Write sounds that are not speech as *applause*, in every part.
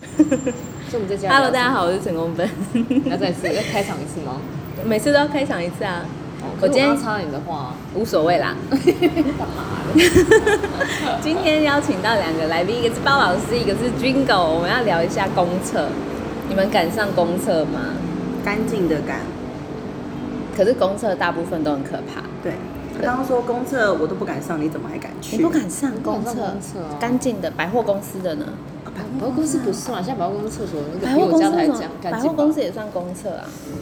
所以我们在家。 *laughs* Hello，大家。好，我是陈 *laughs* 功芬，要再一次，要开场一次吗？ *laughs* 每次都要开场一次啊，哦我今天可是刚刚插了你的话，无所谓啦。 *laughs* 干嘛的？今天邀请到两个来宾，一个是包老师，一个是 Jingle，我们要聊一下公厕。你们敢上公厕吗？干净的干。可是公厕大部分都很可怕，对，他刚刚说公厕我都不敢上，你怎么还敢去？你不敢上公不敢厕上公厕啊，干净的百货公司的呢？啊？百百货公司不算啊，现在百货公司厕所那百个比货我公家司的还那干种干净吧。百货公司也算公厕啊，嗯，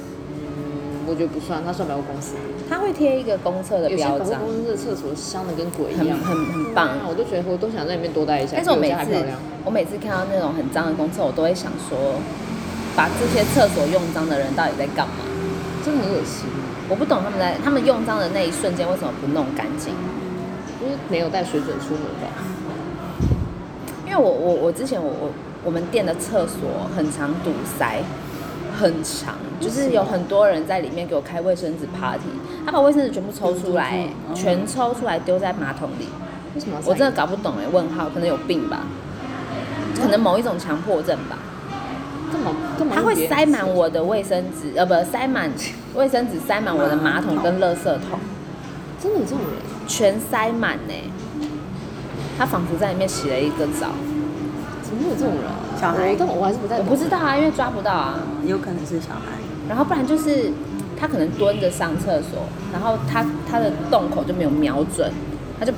我觉得不算，它算百货公司。它会贴一个公厕的有些百标货章，公司的厕所香的跟鬼一很样，很很对棒。啊我都觉得我都想在里面多待一下，但是我比每家还次漂亮。我每次看到那种很脏的公厕，我都会想说，把这些厕所用脏的人到底在干嘛？真的很恶心，我不懂他们在他们用脏的那一瞬间为什么不弄干净？就是没有带水准出门吧？因为我我我之前我我我们店的厕所很常堵塞，很长，就是有很多人在里面给我开卫生纸 party，他把卫生纸全部抽出来，全抽出来丢在马桶里，为什么要我真的在搞不懂哎、问号，可能有病吧？可能某一种强迫症吧？意干嘛干嘛？它会塞满。我的卫生纸，呃，不，塞满卫生纸，塞满我的马桶跟垃圾桶，真的有这种人？全塞满呢、他仿佛在里面洗了一个澡，怎么会有这种人啊？小孩我但我还是不太我懂。不知道啊，因为抓不到啊。有可能是小孩，然后不然就是他可能蹲着上厕所，然后他他的洞口就没有瞄准，他就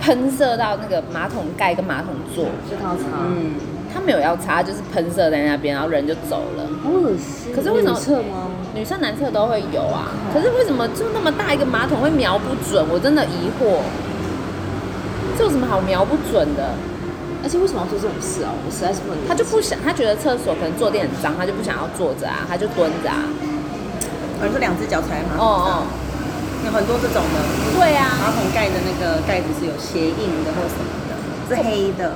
喷射到那个马桶盖跟马桶座，就看到他，嗯，他没有要擦，就是喷射在那边，然后人就走了。好恶心。可是为什么女厕吗？哦女生男厕都会有啊，可是为什么就那么大一个马桶会瞄不准？我真的疑惑，这有什么好瞄不准的？而且为什么要做这种事啊？我实在是不能理解。他就不想，他觉得厕所可能坐垫很脏，他就不想要坐着啊，他就蹲着啊。而是两只脚踩马哦桶哦上，，有很多这种的，对啊，马桶盖的那个盖子是有鞋印的或什么的，是黑的，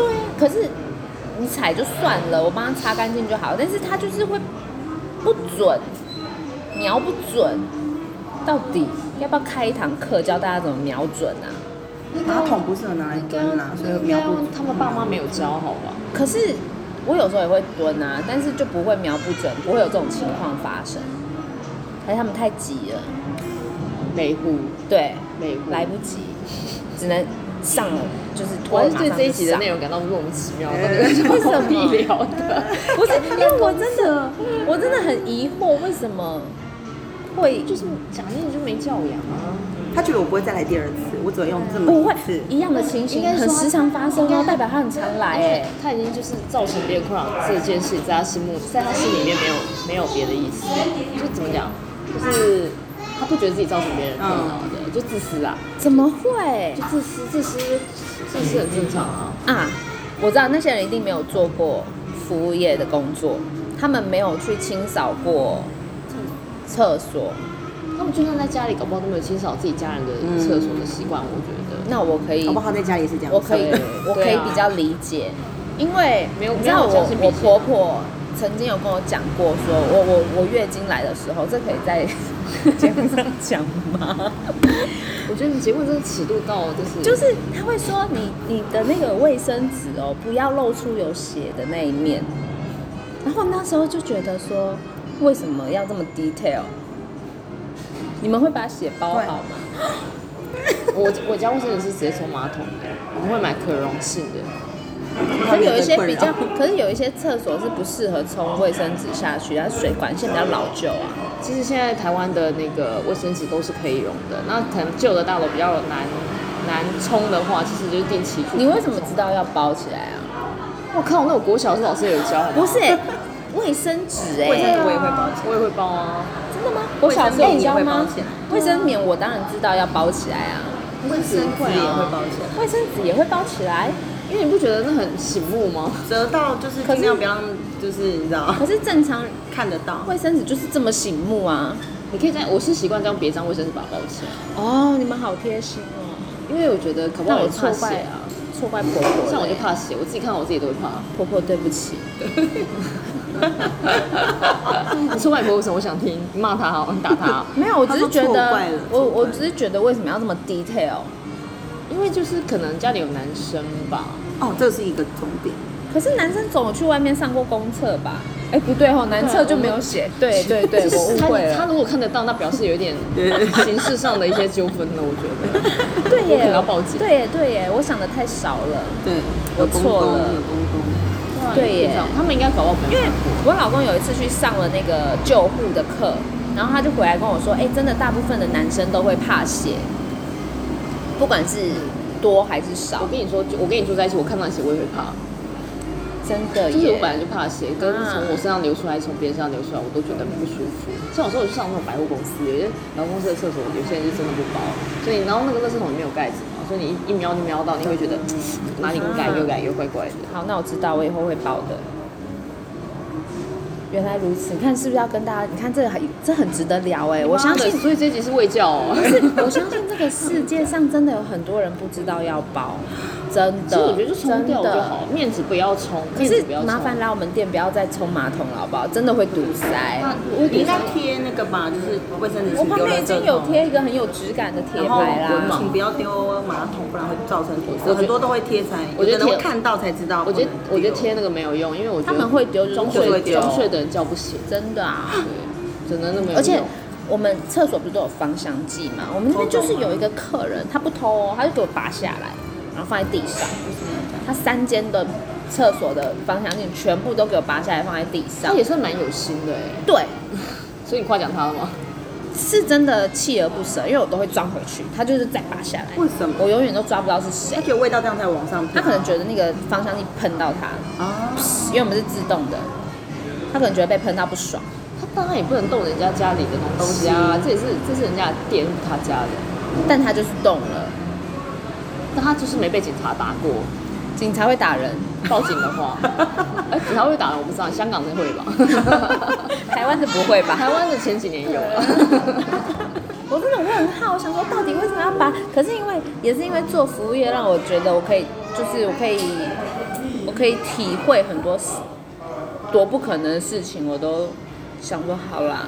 对啊。可是你踩就算了，我帮他擦干净就好，但是他就是会不准，瞄不准，到底要不要开一堂课教大家怎么瞄准啊？应该要马桶不适合拿来蹲啦，所以应该瞄要不准。他们爸妈没有教好吧？可是我有时候也会蹲啊，但是就不会瞄不准，不会有这种情况发生。而且他们太急了，没户对，没户来不及，只能上了，就是我拖还了是马对上这一就集的上内。容感到莫名其 *laughs* 妙，对到底有为什么必聊 *laughs* 的？不是，因为我真的，我真的很疑惑，为什么会就是讲那个就没教养啊，他觉得我不会再来第二次，我只会用这么不会一次。一样的情形应该说很时常发生应哦，该代表他很常来哎。他已经就是造成别人困扰这件事，在他心目，在他心里面没有没有别的意思，就怎么讲，就是他不觉得自己造成别人困扰的，就自私啊，怎么会嗯就自私，自私，自私很正常啊。啊？我知道那些人一定没有做过服务业的工作，他们没有去清扫过厕所，他们就算在家里，搞不好都没有清扫自己家人的厕所的习惯，我觉得那我可以搞不，好他在家里是这样。我可以对，我可以对啊比较理解，因为没有你知道没有这我样是比我较婆婆曾经有跟我讲过说，我我我月经来的时候，这可以在 *laughs* 节目上讲吗？我觉得你结婚这个尺度到就是就是他会说你你的那个卫生纸哦，不要露出有血的那一面。然后那时候就觉得说，为什么要这么 detail？你们会把血包会好吗？我我家卫生纸是直接冲马桶的，我们会买可溶性的。可是有一些比较会不会，可是有一些厕所是不适合冲卫生纸下去，它水管线比较老旧啊。其实现在台湾的那个卫生纸都是可以溶的，那可能旧的大楼比较难难冲的话，其实就是定期去。你为什么知？道要包起来啊？我靠，那我国小是老师有教，不是卫生纸哎、卫生对啊我也会包起我也会包啊。真的吗？我小时候卫生有棉教也会包吗起来？卫生棉我当然知道要包起来啊，卫生纸会啊也会包起来，卫生纸也会包起来。因为你不觉得那很醒目吗？折到就是可是尽量不要让，啊就是你知道可是正常看得到。卫生纸就是这么醒目啊！你可以这样，我是习惯这样别张卫生纸把它包起来，哦，你们好贴心哦。因为我觉得搞不那好我我错怕怪血啊。错怪婆婆了耶，像我就怕血，我自己看到我自己都会怕。 *laughs* 婆婆，对不起。你说外婆为什么？我想听，你骂他好，你打他。没有，我只是觉她说错得怪了，我错怪我只是觉得为什么要这么 detail？因为就是可能家里有男生吧，哦，这是一个重点。可是男生总有去外面上过公厕吧？哎，不对哦，男厕就没有写。对对 *laughs* 对，我误会他了。如果看得到，那表示有一点形式上的一些纠纷了，我觉得。对我可耶能要报，警对耶，对耶，我想的太少了。对，我有公错公了有公公，对耶不知道他们应该搞到没因有为。我老公有一次去上了那个救护的课，然后他就回来跟我说：“哎、真的，大部分的男生都会怕血，不管是多还是我少，跟你说，就我跟你住在一起，我看到血我也会怕，真的就是我耶本。嗯来就怕血，跟从我身上流出来、从别人身上流出来，我都觉得不舒服。像有时候我去上那种百货公司，有些百货公司的厕所，有些人是真的不包，所以然后那个垃圾桶里面有盖子嘛，所以你一一瞄就瞄到，你会觉得嗯哪啊里跟盖又盖又怪怪的。”好，那我知道，我以后会报的。原来如此，你看是不是要跟大家？你看这个很这很值得聊哎、我相信妈的所以这集是卫教哦。是， *laughs* 我相信这个世界上真的有很多人不知道要包，真其实的，我觉得就冲真掉就的好，面子不要冲，可面是子不要冲。麻烦来我们店不要再冲马桶了，好不好？真的会堵塞。你应该贴那个吧，就是卫生纸。我旁边已经有，贴一个很有质感的铁然后牌啦。请不要丢马桶，不然会造成我堵觉塞。得很多都会贴才，我觉得有的人会贴看到才知道我不能觉丢。得我觉得贴那个没有用，因为我觉他得们会丢装中就是睡会丢装睡的人叫不醒，真的啊！嗯真的那没有用。而且我们厕所不是都有芳香剂嘛？我们那边就是有一个客人，他不偷哦，他就给我拔下来，然后放在地上。他三间的厕所的芳香剂全部都给我拔下来放在地他上也。算蛮有心的哎，对，所以你夸奖他了吗？是真的锲而不舍，因为我都会装回去，他就是再拔下来。为什么我永远都抓不到是谁他。觉得味道这样才往上他飘。可能觉得那个芳香剂喷到他，啊，因为我们是自动的，他可能觉得被喷到不爽。他当然也不能动人家家里的东西啊，这也是这是人家的店，又不是他家的。但他就是动了，但他就是没被警察打过，警察会打人， *laughs* 报警的话，哎，警察会打人我不知道，香港的会 *laughs* 吧？台湾的不会吧？台湾的前几年有啊了。 *laughs* 我真的问号，我想说到底为什么要拔？可是因为也是因为做服务业，让我觉得我可以，就是我可以，我可以体会很多事多不可能的事情，我都想说好啦，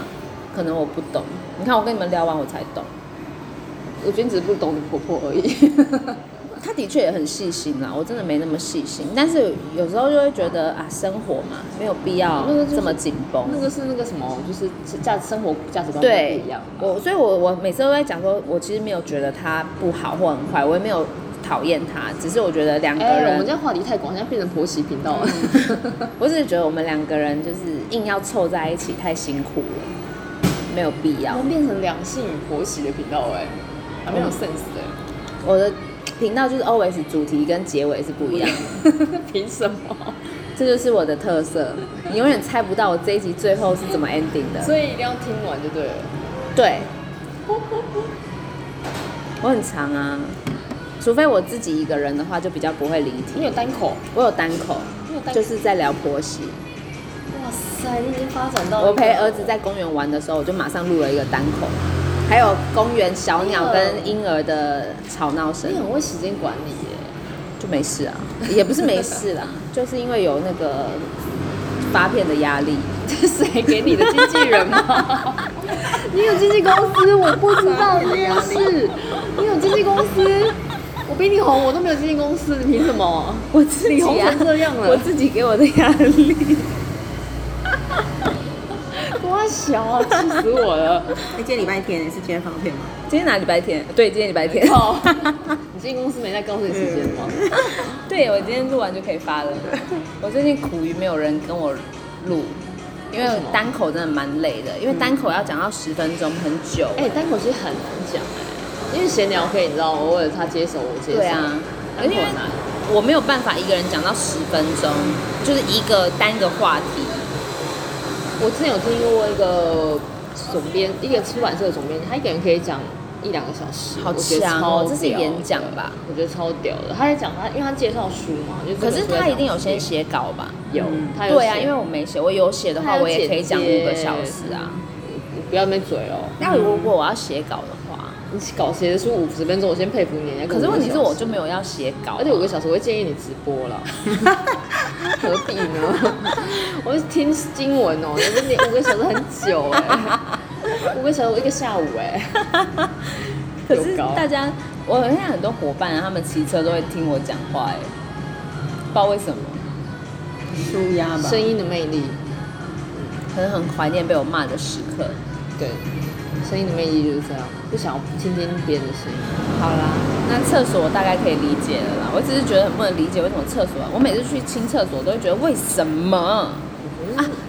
可能我不懂。你看我跟你们聊完我才懂，我觉得你只是不懂你婆婆而已。他的确也很细心啦，我真的没那么细心，但是有时候就会觉得啊，生活嘛，没有必要那个就是这么紧绷。那个是那个什么，就是价生活价值观不对一样。，我所以我，我每次都在讲说，我其实没有觉得他不好或很坏，我也没有讨厌他，只是我觉得两个哎、我人，们这样话题太广，现在变成婆媳频道了。 *laughs* *laughs* 我只是觉得我们两个人就是硬要凑在一起太辛苦了，没有必要我。们变成两性与婆媳的频道哎、还蛮有 sense 的、我的频道就是 always 主题跟结尾是不一样的， *laughs* 凭什么？这就是我的特色。你永远猜不到我这一集最后是怎么 ending 的。所以一定要听完就对了。对， *laughs* 我很长啊，除非我自己一个人的话，就比较不会离题。你有单口？我有单口你有单口，就是在聊婆媳。哇塞，你已经发展到我陪儿子在公园玩的时候，我就马上录了一个单口，还有公园小鸟跟婴儿的吵闹声你，很会时间管理耶、就没事啊，也不是没 *laughs* 事啦，就是因为有那个发片的压力。这是谁给你的经纪人 *laughs* 吗？你有 *laughs* 经纪公司，我不知道这件事。 *laughs* 你有经纪公司，我比你红，我都没有经纪公司，你凭什 *laughs* 么？我自你己红啊成，这样了，我自己给我的压力。多小啊，气死我了！哎，今天礼拜天是今天放片吗？今天哪礼拜天？对，今天礼拜天。哦， *laughs* 你经纪公司没在告诉你时间吗？ *laughs* 对，我今天录完就可以 *laughs* 发了。我最近苦于没有人跟我录，因为单口真的蛮累的，因为单口要讲到十分钟，很久。哎、单口其实很难讲哎、因为闲聊可以，你知道，偶尔他接手，我接手。对啊，单口因为很难。我没有办法一个人讲到十分钟，就是一个单个话题。我之前有听过一个总编，一个出版社的总编，他一个人可以讲一两个小时，好我觉得强超哦屌这是演讲吧的？我觉得超屌的。他在讲他，因为他介绍书嘛，就可是这本书在他讲一定有什么先写稿吧？有，他有对啊，写因为我没写，我有写的话，他有我也可以讲剪接五个小时啊。你不要在那边嘴哦，那如果我要写稿的话，你搞写的书五十分钟，我先佩服你。你还给可是五个问题是小时我就没有要写稿，啊而且五个小时我会建议你直播 *laughs* 啦，何必呢？我是听新闻哦，你们你五个小时很久哎、五个小时一个下午哎、可是有稿大家，我现在很多伙伴、啊，他们骑车都会听我讲话、哎，不知道为什么。舒压吧声。音的魅力，可能很怀念被我骂的时刻。对，声音的魅力就是这样，不想听听别人的声音。好啦，那厕所我大概可以理解了啦。我只是觉得很不能理解为什么厕所、啊，我每次去清厕所都会觉得为什么啊？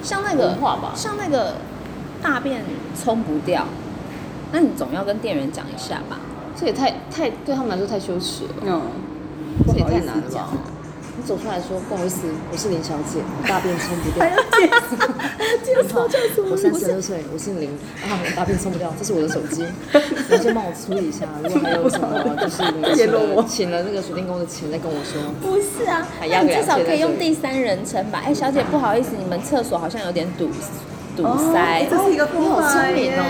像那个文化吧像那个大便冲不掉，那你总要跟店员讲一下吧。这也太太对他们来说太羞耻了吧，嗯，这也不好意太思难了吧讲。你走出来说，不好意思，我是林小姐，我大便冲不掉。介绍介你好，我三十六岁，我姓林啊，我大便冲不掉，这是我的手机，你先帮我处理一下。如果还有什么 *laughs* 就是你们联请络了我请了那个水电工的钱，再跟我说。不是啊，还那压你个至少两千可以用在这第里三人称吧。哎、小姐，不好意思，你们厕所好像有点堵哦堵塞。哦哎这是一个你方好法聪明耶哦。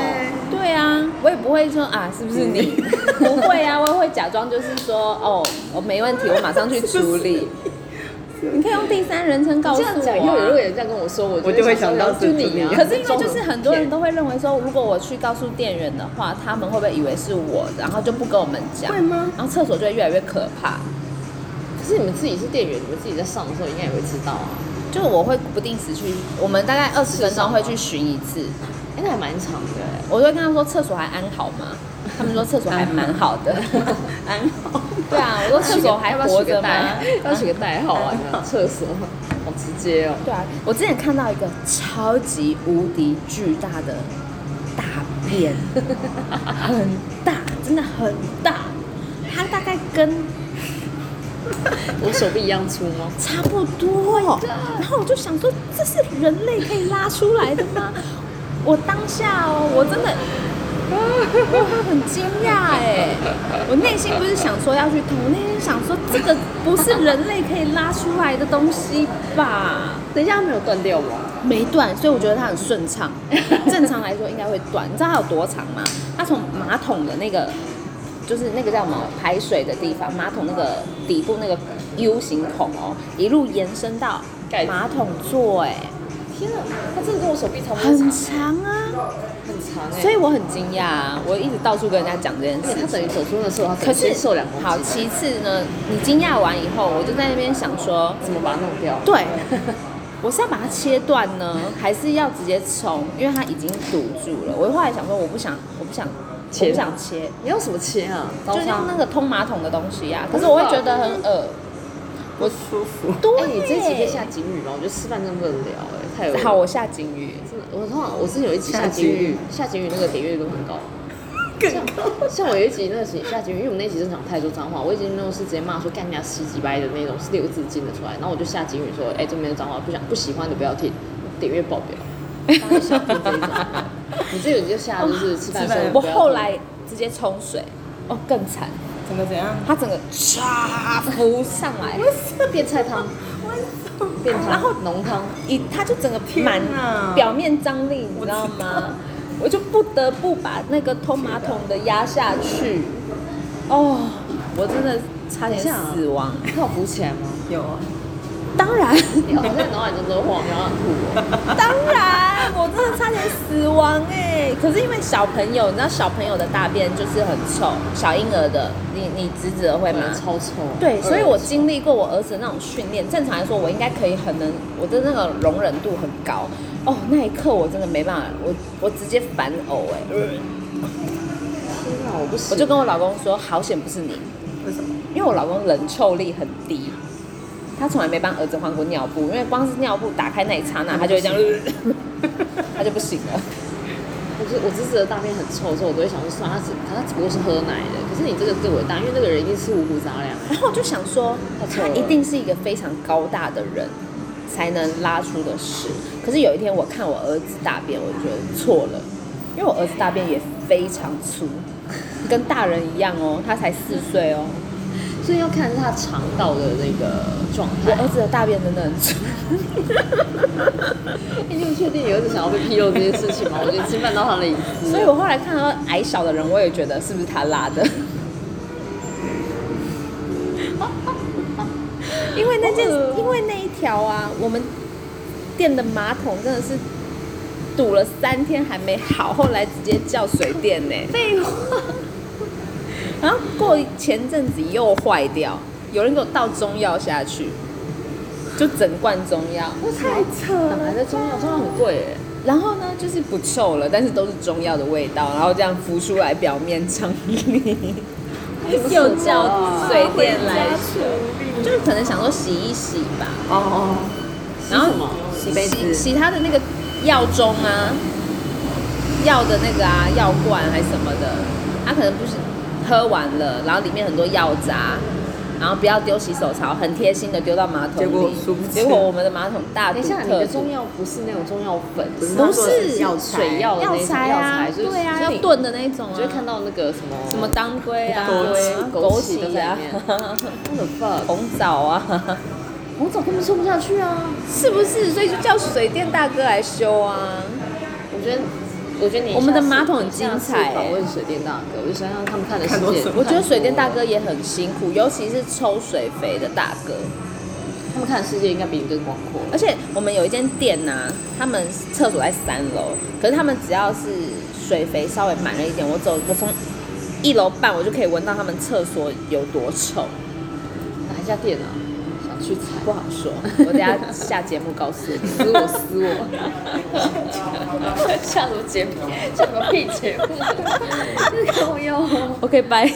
对啊，我也不会说啊，是不嗯是你？ *laughs* 不会啊，我也会假装就是说哦，我没问题，我马上去处 *laughs* 理。你可以用第三人称告诉这我啊、样讲，以后如果有人这样跟我说，我我就会想到就是你啊。可是因为就是很多人都都会认为说，如果我去告诉店员的话，他们会不会以为是我，然后就不跟我们讲？会吗然后厕所就会越来越可怕。可是你们自己是店员，你们自己在上的时候应该也会知道啊。就我会不定时去，我们大概二十分上钟吗会去巡一次。哎，那还蛮长的哎。我就会跟他们说厕所还安好吗？他们说厕所还蛮好的，安好。对啊，我说厕所还要不要活取个着吗？嗯代？要取个代号啊！你看厕所，好直接哦。对啊，我之前看到一个超级无敌巨大的大便，很大，真的很大，它大概跟我手臂一样粗吗？差不多。然后我就想说，这是人类可以拉出来的吗？我当下哦，我真的。我很惊讶哎！我内心不是想说要去捅，我内心想说这个不是人类可以拉出来的东西吧？等一下，它没有断掉吗？没断，所以我觉得它很 *laughs* 顺畅。正常来说应该会断，你知道它有多长吗？它从马桶的那个，就是那个叫什么排水的地方，马桶那个底部那个 U 型孔哦，一路延伸到盖子马桶座，哎，天啊，它真的跟我手臂差不多很长，长啊！很长哎。所以我很惊讶啊，我一直到处跟人家讲这件而事且他情。等于走出那时候，他可是瘦两公斤，啊好，其次呢，你惊讶完以后，我就在那边想说，怎么把它弄掉？对，我是要把它切断呢，还是要直接冲？因为它已经堵住了。我后来想说，我不想，我不想，我切不想切，你要什么切啊？就像那个通马桶的东西呀、可是我会觉得很恶。不舒服。对，哎，你这一集可以下警语吗？我觉得吃饭真的不能聊，哎，太有好，我下金鱼。真的，我通常我之前有一集下警语，下警语那个点阅率都很高。像像我有一集那集下警语，因为我们那集真的讲太多脏话，我已经那种是直接骂说干你娘十几掰的那种，是六个字进的出来，然后我就下警语说，哎、这边的脏话不想不喜欢的不要听，点阅爆表。大家想听这 *laughs* 一种你这个你就下就是吃饭的时候哦我不要后听来直接冲水，哦，更惨，整个怎样？它整个唰浮上来，变菜汤，变汤，然后浓汤，一它就整个天满哪表面张力，你我知知道吗道？我就不得不把那个通马桶的压下去。哦，我真的差点等一下啊死亡。你看我浮起来吗？有啊，当然，你好像脑海中都晃，然后吐哦。当然，我真的差点死亡哎、可是因为小朋友，你知道小朋友的大便就是很臭，小婴儿的，你你侄子的会吗？超臭。对，所以我经历过我儿子的那种训练。正常来说，我应该可以很能，我的那个容忍度很高。哦，那一刻我真的没办法，我我直接反呕哎、天哪，哎我不行。我就跟我老公说，好险不是你，为什么？因为我老公冷臭力很低，他从来没帮儿子换过尿布，因为光是尿布打开那一刹那，他就会这样， *laughs* 他就不行了。我就我侄子的大便很臭的时候，我都会想说，算了他只他只不过是喝奶的。可是你这个对我大，因为那个人一定吃五谷杂 *laughs* 粮。然后我就想说，太臭他了一定是一个非常高大的人才能拉出的屎。可是有一天我看我儿子大便，我觉得错了，因为我儿子大便也非常粗，跟大人一样哦，他才四岁哦。所以要看是他肠道的那个状我态。儿子的大便真的很粗，哎你有确定你儿子想要被披露这件事情 *laughs* 吗？我觉得侵犯到他的隐私。所以我后来看到矮小的人，我也觉得是不是他拉的。 *laughs* 因为那件，哦因为那一条啊，我们店的马桶真的是堵了三天还没好，后来直接叫水电呢、啊废话，然后过前阵子又坏掉，有人给我倒中药下去，就整罐中药。我太扯了，还在中药，中药很贵耶。然后呢，就是不臭了，但是都是中药的味道，然后这样浮出来表面张 *laughs* 力，又叫水电来水，就是可能想说洗一洗吧，哦，然后什么？洗杯洗子，洗它的那个药盅啊，药的那个啊，药罐还是什么的，它可能不是喝完了，然后里面很多药渣，然后不要丢洗手槽，很贴心的丢到马桶里。结果殊不知结果我们的马桶大堵等一下，你特的堵中。药不是那种中药粉，不是它不做的是药材水药的那种材啊，就是对啊，所要以你炖的那种啊。你就会看到那个什么什么当归啊、当归枸枸杞杞都啊在里面、，What the fuck， *laughs* 红枣 *laughs* 啊，红枣根本吃不下去啊！是不是？所以就叫水电大哥来修啊。我觉得，我觉得你我们的下次马桶很精下次彩欸访问水电大哥，我就想想他们看的世看多界什么。我觉得水电大哥也很辛苦，尤其是抽水肥的大哥。他们看的世界应该比你更广阔。而且我们有一间店呐、他们厕所在三楼，可是他们只要是水肥稍微满了一点，我走我从一楼半我就可以闻到他们厕所有多臭，哪一家店啊？想去踩？不好 *laughs* 说。我等一下下节目告诉你。撕我撕 *laughs* 我！下什 *laughs* 么节目？下什么屁节目？这个我要。 OK，拜。